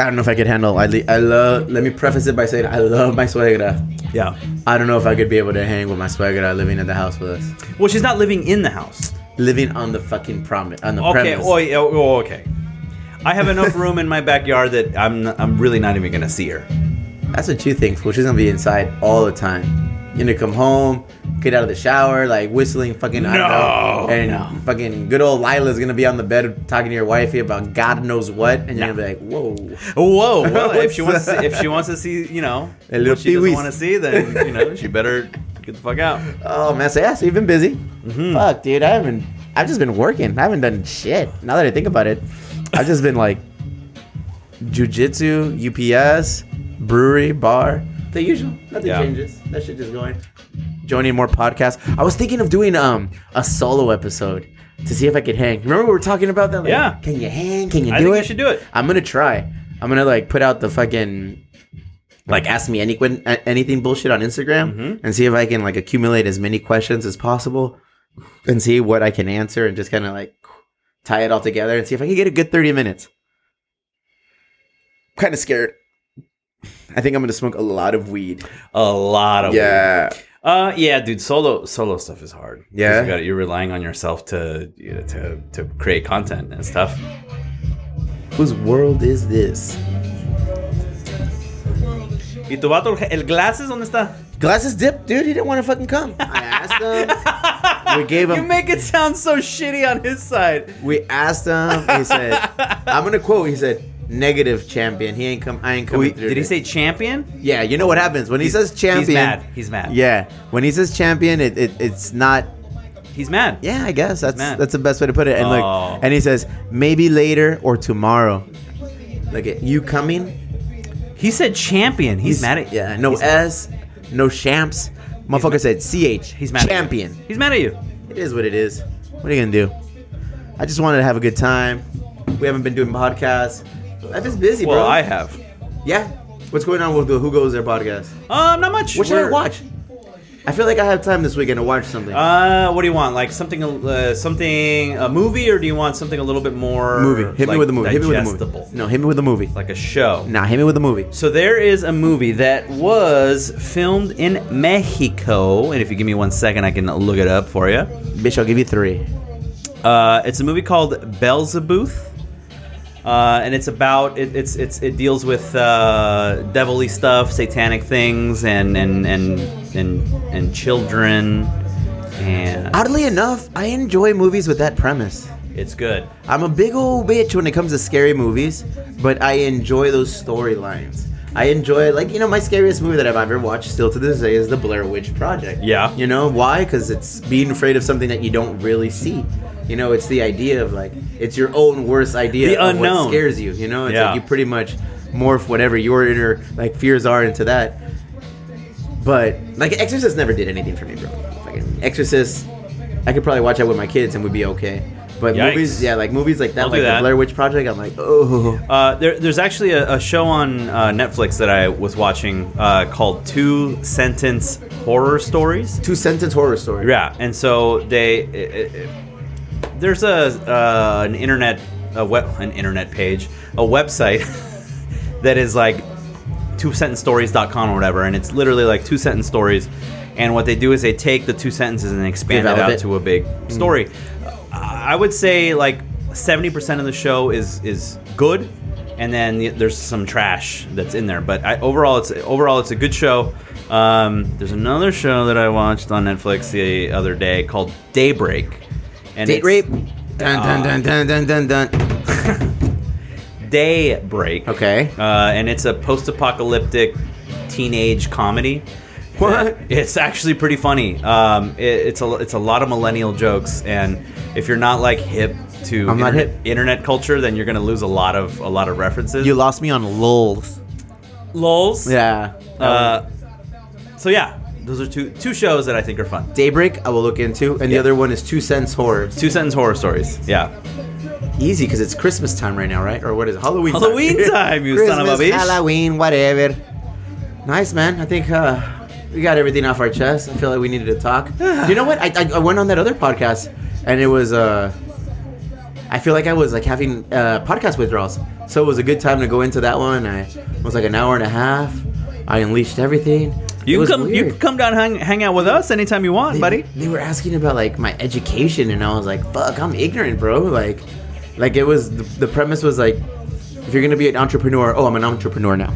Speaker 2: I don't know if I could handle. I, le- I love. Let me preface it by saying I love my suegra.
Speaker 1: yeah.
Speaker 2: I don't know if I could be able to hang with my suegra living at the house with us,
Speaker 1: Well, she's not living in the house.
Speaker 2: living on the fucking promise on the
Speaker 1: Okay.
Speaker 2: premise.
Speaker 1: Oh, yeah, oh, okay. I have enough room in my backyard that I'm I'm really not even gonna see her.
Speaker 2: That's what you think, fool. She's gonna be inside all the time. You're gonna come home, get out of the shower, like whistling fucking. I don't
Speaker 1: No.
Speaker 2: know, and fucking good old Lila's gonna be on the bed talking to your wifey about God knows what, and you're gonna be like, Oh, whoa.
Speaker 1: Whoa. Well, if she wants
Speaker 2: What's
Speaker 1: to,
Speaker 2: that?
Speaker 1: if she wants to see, you know,
Speaker 2: A little
Speaker 1: what she doesn't
Speaker 2: peewees.
Speaker 1: want to see, then you know, she better get the fuck out.
Speaker 2: Oh man, so yeah, so you've been busy.
Speaker 1: Mm-hmm.
Speaker 2: Fuck, dude, I haven't. I've just been working. I haven't done shit. Now that I think about it, I've just been like, jujitsu, UPS, brewery, bar, the usual. Nothing
Speaker 1: Yeah.
Speaker 2: changes. That shit just going. Joining more podcasts. I was thinking of doing um a solo episode to see if I could hang. Remember we were talking about that? Like,
Speaker 1: Yeah.
Speaker 2: Can you hang? Can you
Speaker 1: I
Speaker 2: do
Speaker 1: think
Speaker 2: it?
Speaker 1: you should do it.
Speaker 2: I'm gonna try. I'm gonna like put out the fucking like ask me any que- a- anything bullshit on Instagram and see if I can like accumulate as many questions as possible and see what I can answer and just kind of like tie it all together and see if I can get a good 30 minutes. kind of scared. I think I'm gonna smoke a lot of weed.
Speaker 1: A lot of
Speaker 2: Yeah.
Speaker 1: Uh, yeah, dude, solo solo stuff is hard. 'Cause
Speaker 2: Yeah?
Speaker 1: you got you're relying on yourself to you know, to to create content and stuff.
Speaker 2: Whose world is this?
Speaker 1: ¿Y tu vato, el glasses, dónde está?
Speaker 2: Glasses dipped, dude. He didn't want to fucking come. I asked him. we gave him.
Speaker 1: You make it sound so shitty on his side.
Speaker 2: We asked him. He said, "I'm gonna quote." He said, "Negative champion. He ain't come. I ain't coming through."
Speaker 1: Did he
Speaker 2: this."
Speaker 1: say champion?
Speaker 2: Yeah, you know what happens when he says champion.
Speaker 1: He's mad. He's mad.
Speaker 2: Yeah, when he says champion, it, it it's not.
Speaker 1: He's mad.
Speaker 2: Yeah, I guess that's
Speaker 1: mad.
Speaker 2: that's the best way to put it. And
Speaker 1: Oh.
Speaker 2: look, and he says maybe later or tomorrow. Look at you coming.
Speaker 1: He said champion. He's, mad at
Speaker 2: Yeah, no uh,
Speaker 1: He's,
Speaker 2: S, no champs. Motherfucker said CH.
Speaker 1: he's mad.
Speaker 2: Champion.
Speaker 1: At you. He's mad at you.
Speaker 2: It is what it is. What are you gonna do? I just wanted to have a good time. We haven't been doing podcasts. Life is busy,
Speaker 1: Well,
Speaker 2: bro.
Speaker 1: I have.
Speaker 2: Yeah. What's going on with the Who Goes There podcast?
Speaker 1: Um, not much.
Speaker 2: What should I
Speaker 1: We're-
Speaker 2: watch? I feel like I have time this weekend to watch something.
Speaker 1: Uh, what do you want? Like something, uh, something, a movie, or do you want something a little bit more
Speaker 2: movie. Hit me
Speaker 1: like,
Speaker 2: with a movie. Hit me with a
Speaker 1: digestible?
Speaker 2: movie. No, hit me with a movie.
Speaker 1: like a show.
Speaker 2: Nah, hit me with a movie.
Speaker 1: So there is a movie that was filmed in Mexico, and if you give me one second, I can look it up for you.
Speaker 2: Bitch, I'll give you three.
Speaker 1: Uh, it's a movie called Beelzebuth. Uh, and it's about it, it's it's it deals with uh, devilly stuff, satanic things, and and and and, and children, and
Speaker 2: Oddly enough, I enjoy movies with that premise.
Speaker 1: it's good.
Speaker 2: I'm a big old bitch when it comes to scary movies, but I enjoy those storylines. I enjoy, like, you know, my scariest movie that I've ever watched still to this day is The Blair Witch Project.
Speaker 1: Yeah.
Speaker 2: You know, why? Because it's being afraid of something that you don't really see. You know, it's the idea of, like, it's your own worst idea
Speaker 1: The
Speaker 2: of
Speaker 1: unknown.
Speaker 2: what scares you. You know, it's
Speaker 1: Yeah.
Speaker 2: like you pretty much morph whatever your inner, like, fears are into that. But, like, Exorcist never did anything for me, bro. Fucking Exorcist, I could probably watch that with my kids and we'd be okay. But
Speaker 1: Yikes.
Speaker 2: movies, yeah, like movies like that,
Speaker 1: I'll do
Speaker 2: like
Speaker 1: that.
Speaker 2: the Blair Witch Project, I'm like, oh,
Speaker 1: Uh, there, there's actually a, a show on uh, Netflix that I was watching uh, called Two Sentence Horror Stories.
Speaker 2: two sentence horror story.
Speaker 1: Yeah, and so they it, it- it- there's a uh, an internet a web an internet page a website that is like two sentence stories.com or whatever, and it's literally like two sentence stories. And what they do is they take the two sentences and expand it
Speaker 2: Develop
Speaker 1: out
Speaker 2: it.
Speaker 1: to a big story. I I would say like seventy percent of the show is is good, and then y- there's some trash that's in there. But I, overall, it's overall it's a good show. Um, there's another show that I watched on Netflix the other day called Daybreak. And it's-
Speaker 2: Date
Speaker 1: uh,
Speaker 2: rape? Dun, dun, dun, dun, dun, dun, dun.
Speaker 1: Daybreak.
Speaker 2: Okay.
Speaker 1: Uh, and it's a post-apocalyptic teenage comedy.
Speaker 2: What?
Speaker 1: It's actually pretty funny. Um, it, it's a it's a lot of millennial jokes, and if you're not like hip to
Speaker 2: I'm
Speaker 1: internet,
Speaker 2: not hip.
Speaker 1: internet culture, then you're gonna lose a lot of a lot of references.
Speaker 2: You lost me on lols.
Speaker 1: lols.
Speaker 2: Yeah. Um,
Speaker 1: Uh, so yeah, those are two two shows that I think are fun.
Speaker 2: Daybreak, I will look into, and the
Speaker 1: Yeah.
Speaker 2: other one is two cents horror.
Speaker 1: Two sentence horror stories. Yeah.
Speaker 2: Easy, because it's Christmas time right now, right? Or what is it? Halloween.
Speaker 1: Halloween time, you son of a bitch.
Speaker 2: Halloween, whatever. Nice man. I think uh, we got everything off our chest. I feel like we needed to talk. you know what? I, I, I went on that other podcast, and it was. Uh, I feel like I was like having uh, podcast withdrawals, so it was a good time to go into that one. I it was like an hour and a half. I unleashed everything. It
Speaker 1: You
Speaker 2: was
Speaker 1: can come you
Speaker 2: weird.
Speaker 1: can come down hang hang out with us anytime you want,
Speaker 2: They-
Speaker 1: buddy.
Speaker 2: They were asking about like my education, and I was like, "Fuck, I'm ignorant, bro." Like, like it was the, the premise was like, if you're gonna be an entrepreneur, oh, I'm an entrepreneur now.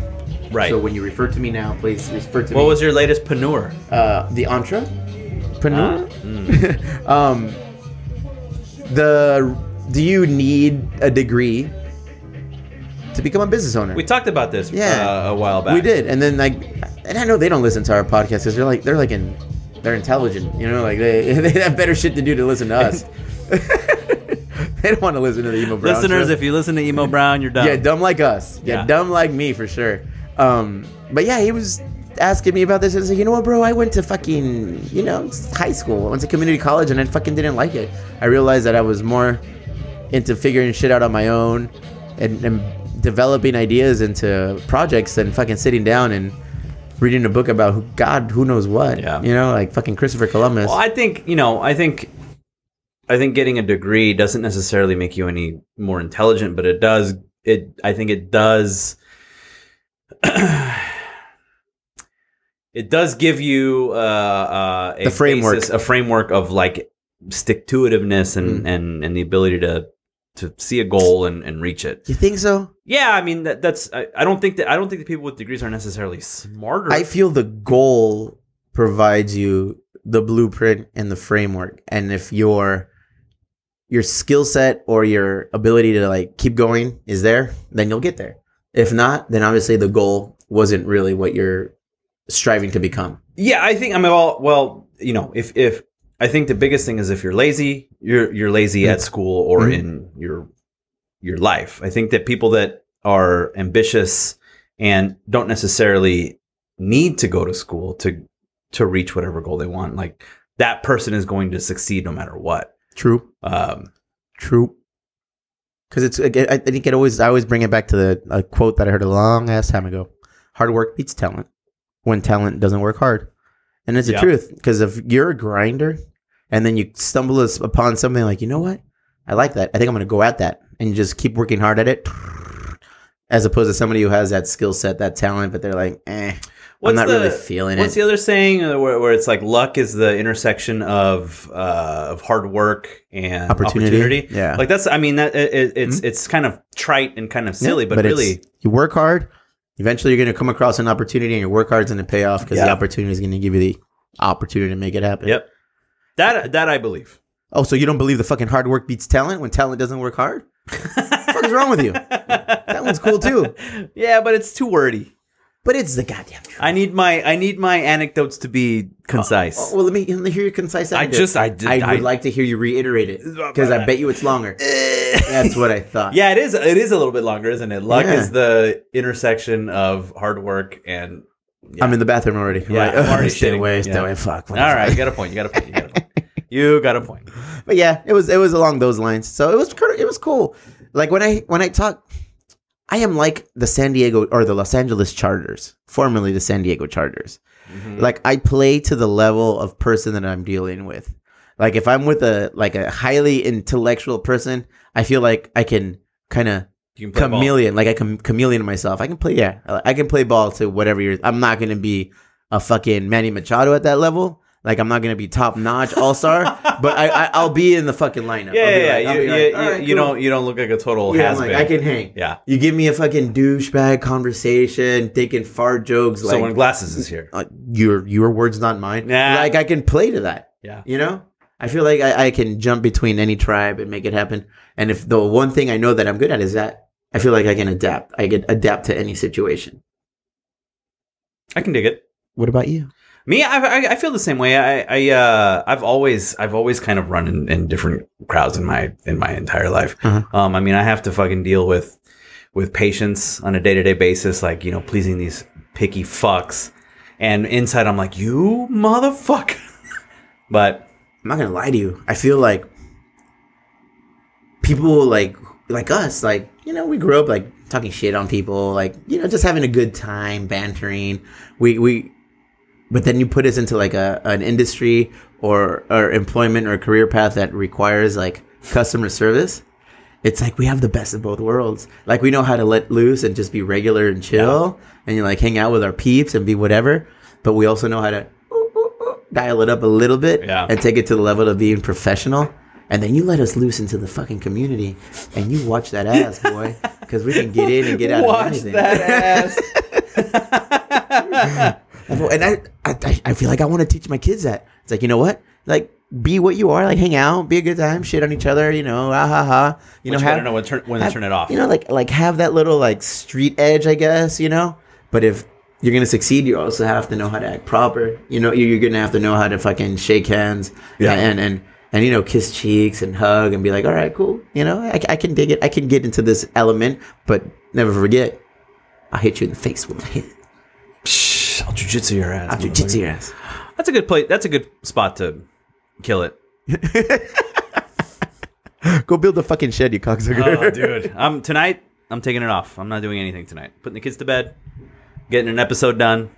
Speaker 1: Right.
Speaker 2: So when you refer to me now, please refer to
Speaker 1: what
Speaker 2: me.
Speaker 1: was your latest panure?
Speaker 2: uh, the entrepreneur?
Speaker 1: Ah,
Speaker 2: um, the do you need a degree to become a business owner?
Speaker 1: We talked about this uh, a while back.
Speaker 2: We did, and then like, and I know they don't listen to our podcast because they're like they're like in, they're intelligent, you know, like they they have better shit to do to listen to us. they don't want to listen to the emo brown.
Speaker 1: Listeners,
Speaker 2: show.
Speaker 1: if you listen to Emo Brown, you're dumb.
Speaker 2: yeah, dumb like us, yeah,
Speaker 1: Oh. Yeah.
Speaker 2: dumb like me for sure. Um, but yeah, he was asking me about this. I was like, you know what, bro? I went to fucking you know high school. I went to community college, and I fucking didn't like it. I realized that I was more into figuring shit out on my own and, and developing ideas into projects than fucking sitting down and reading a book about who, God, who knows what.
Speaker 1: Yeah.
Speaker 2: You know, like fucking Christopher Columbus.
Speaker 1: Well, I think you know. I think, I think getting a degree doesn't necessarily make you any more intelligent, but it does. It. I think it does. it does give you uh, uh, a
Speaker 2: The framework.
Speaker 1: basis- a framework of like stick to itiveness and,
Speaker 2: Mm.
Speaker 1: and and the ability to to see a goal and, and reach it.
Speaker 2: you think so?
Speaker 1: Yeah, I mean that, that's. I, I don't think that I don't think that people with degrees are necessarily smarter.
Speaker 2: I feel the goal provides you the blueprint and the framework, and if your your skill set or your ability to like keep going is there, then you'll get there. If not, then obviously the goal wasn't really what you're striving to become.
Speaker 1: Yeah, I think I mean well, well, you know, if if I think the biggest thing is if you're lazy, you're you're lazy at school or
Speaker 2: Mhm.
Speaker 1: in your your life. I think that people that are ambitious and don't necessarily need to go to school to to reach whatever goal they want, like that person is going to succeed no matter what.
Speaker 2: True.
Speaker 1: Um,
Speaker 2: True. Because it's again, I I think it always I always bring it back to the a quote that I heard a long ass time ago. Hard work beats talent when talent doesn't work hard, And it's the
Speaker 1: Yeah.
Speaker 2: truth because if you're a grinder and then you stumble as- upon something like, you know what? I like that. I think I'm going to go at that and you just keep working hard at it. As opposed to somebody who has that skill set, that talent, but they're like, eh, I'm not really feeling
Speaker 1: What's
Speaker 2: it.
Speaker 1: the other saying uh, where, where it's like luck is the intersection of uh, of hard work and
Speaker 2: Opportunity.
Speaker 1: opportunity?
Speaker 2: Yeah. Hmm?
Speaker 1: like that's I mean that it, it- it's it's kind of trite and kind of silly, but,
Speaker 2: it's-
Speaker 1: really
Speaker 2: you work hard. Eventually, you're going to come across an opportunity, and your work hard's going to pay off because the
Speaker 1: Yeah.
Speaker 2: opportunity is going to give you the opportunity to make it happen.
Speaker 1: Yep. that that I believe.
Speaker 2: Oh, so you don't believe the fucking hard work beats talent when talent doesn't work hard? what is wrong with you?
Speaker 1: that
Speaker 2: one's cool, too.
Speaker 1: yeah, but it's too wordy.
Speaker 2: But it's the goddamn truth.
Speaker 1: I need my I need my anecdotes to be concise.
Speaker 2: Oh, well, let me, let me hear your concise.
Speaker 1: I
Speaker 2: idea.
Speaker 1: just I did
Speaker 2: I would
Speaker 1: I-
Speaker 2: like to hear you reiterate it because I bet you it's longer. That's what I thought.
Speaker 1: Yeah, it is. It is a little bit longer, isn't it? Luck
Speaker 2: Yeah.
Speaker 1: is the intersection of hard work and. yeah.
Speaker 2: I'm in the bathroom already. I'm
Speaker 1: Yeah,
Speaker 2: like,
Speaker 1: I'm already
Speaker 2: stay
Speaker 1: shitting.
Speaker 2: away, stay
Speaker 1: Yeah.
Speaker 2: away. Fuck.
Speaker 1: All right, you got a point. You got a point. You got a point. You got a point.
Speaker 2: but yeah, it was it was along those lines. So it was kind of- it was cool. Like when I when I talk, I am like the San Diego or the Los Angeles Chargers, formerly the San Diego Chargers.
Speaker 1: Mm-hmm. Mm.
Speaker 2: Like I play to the level of person that I'm dealing with. Like if I'm with a like a highly intellectual person, I feel like I can kind of
Speaker 1: You can play ball.
Speaker 2: chameleon. Like I can chameleon myself. I can play. Yeah, I I can play ball to whatever you're. I'm not gonna be a fucking Manny Machado at that level. Like I'm not gonna be top notch all star, but I, I I'll be in the fucking lineup.
Speaker 1: Yeah,
Speaker 2: I'll be
Speaker 1: yeah,
Speaker 2: like-
Speaker 1: yeah.
Speaker 2: I'll
Speaker 1: you,
Speaker 2: be
Speaker 1: you,
Speaker 2: like, "All right,
Speaker 1: you
Speaker 2: cool."
Speaker 1: don't you don't look like a total
Speaker 2: Yeah, I'm
Speaker 1: has
Speaker 2: like
Speaker 1: been.
Speaker 2: I can hang.
Speaker 1: yeah.
Speaker 2: You give me a fucking douchebag conversation, taking fart jokes.
Speaker 1: so
Speaker 2: Like
Speaker 1: when glasses is here,
Speaker 2: uh, your your words, not mine.
Speaker 1: Nah.
Speaker 2: Like I can play to that.
Speaker 1: yeah.
Speaker 2: You know, I feel like I, I can jump between any tribe and make it happen. And if the one thing I know that I'm good at is that, I feel like I can adapt. I can adapt to any situation.
Speaker 1: I can dig it.
Speaker 2: What about you?
Speaker 1: Me, I, I, I feel the same way. I, I, uh, I've always, I've always kind of run in, in different crowds in my, in my entire life.
Speaker 2: Uh-huh.
Speaker 1: Um, I mean, I have to fucking deal with, with patients on a day to day basis, like you know, pleasing these picky fucks, and inside I'm like, you motherfucker. but
Speaker 2: I'm not gonna lie to you. I feel like people like like us, like you know, we grew up like talking shit on people, like you know, just having a good time, bantering. We we, but then you put us into like a an industry or or employment or career path that requires like customer service. It's like we have the best of both worlds. Like we know how to let loose and just be regular and chill, and you like hang out with our peeps and be whatever. But we also know how to dial it up a little bit
Speaker 1: Yeah.
Speaker 2: and take it to the level of being professional. And then you let us loose into the fucking community, and you watch that ass, boy, because we can get in and get out of
Speaker 1: watch
Speaker 2: anything.
Speaker 1: that ass.
Speaker 2: And I, I, I feel like I want to teach my kids that. It's like you know what, like be what you are, like hang out, be a good time, shit on each other, you know, ah ha ha. You
Speaker 1: Which
Speaker 2: know,
Speaker 1: I
Speaker 2: have-
Speaker 1: don't know when, turn, when to
Speaker 2: have-
Speaker 1: turn it off.
Speaker 2: You know, like like have that little like street edge, I guess. You know, but if you're gonna succeed, you also have to know how to act proper. You know, you- you're gonna have to know how to fucking shake hands
Speaker 1: Yeah.
Speaker 2: and and and you know kiss cheeks and hug and be like, all right, cool. You know, I, I can dig it. I can get into this element, but never forget, I'll hit you in the face with my head.
Speaker 1: Psh, I'll jujitsu your ass.
Speaker 2: I'll
Speaker 1: Oh,
Speaker 2: jujitsu your ass.
Speaker 1: motherfucker. That's a good place. That's a good spot to kill it.
Speaker 2: Go build a fucking shed, you cocksucker.
Speaker 1: Oh, dude. I'm tonight. I'm taking it off. I'm not doing anything tonight. Putting the kids to bed, getting an episode done.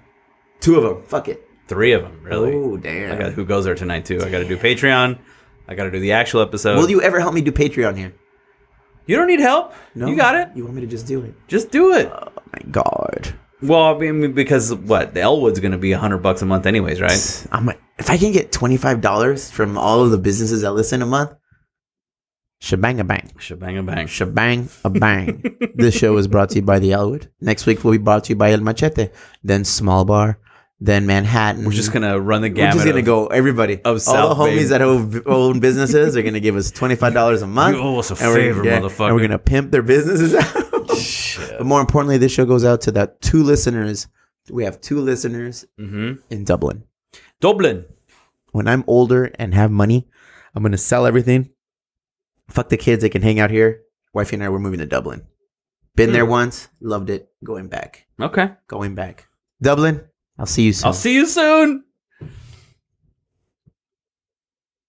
Speaker 2: Two of them. Fuck it.
Speaker 1: Three of them, really.
Speaker 2: Oh
Speaker 1: I got
Speaker 2: damn.
Speaker 1: who goes there tonight too. I got to do Patreon. I got to do the actual episode.
Speaker 2: Will you ever help me do Patreon here?
Speaker 1: You don't need help. You got it.
Speaker 2: You want me to just do it?
Speaker 1: Just do it.
Speaker 2: Oh my god.
Speaker 1: Well, I mean, because what the Elwood's going to be a hundred bucks a month, anyways, right?
Speaker 2: I'm like, if I can get twenty five dollars from all of the businesses that listen a month, shebang a bang,
Speaker 1: Shebang a bang.
Speaker 2: shebang a bang. this show is brought to you by the Elwood. Next week will be brought to you by El Machete, then Small Bar, then Manhattan.
Speaker 1: We're just gonna run the
Speaker 2: We're
Speaker 1: gamut.
Speaker 2: just gonna
Speaker 1: of-
Speaker 2: go. Everybody, all
Speaker 1: South
Speaker 2: the homies
Speaker 1: Bay.
Speaker 2: that own, own businesses are gonna give us twenty five dollars a month.
Speaker 1: You owe us a
Speaker 2: we're-
Speaker 1: favor, motherfucker.
Speaker 2: And we're gonna pimp their businesses out. But more importantly, this show goes out to that two listeners. We have two listeners
Speaker 1: Mhm.
Speaker 2: in Dublin.
Speaker 1: Dublin.
Speaker 2: when I'm older and have money, I'm gonna sell everything. Fuck the kids; they can hang out here. Wifey and I were moving to Dublin. Been
Speaker 1: Hmm.
Speaker 2: there once, loved it. Going back,
Speaker 1: Okay.
Speaker 2: going back. Dublin. I'll see you soon.
Speaker 1: I'll see you soon.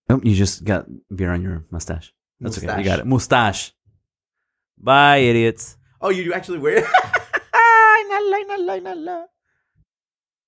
Speaker 1: Oh, you just got beer on your mustache. That's okay. You
Speaker 2: Mustache.
Speaker 1: got it. Mustache. Bye, idiots.
Speaker 2: oh, you actually wear. Ah, na la, na la, na la.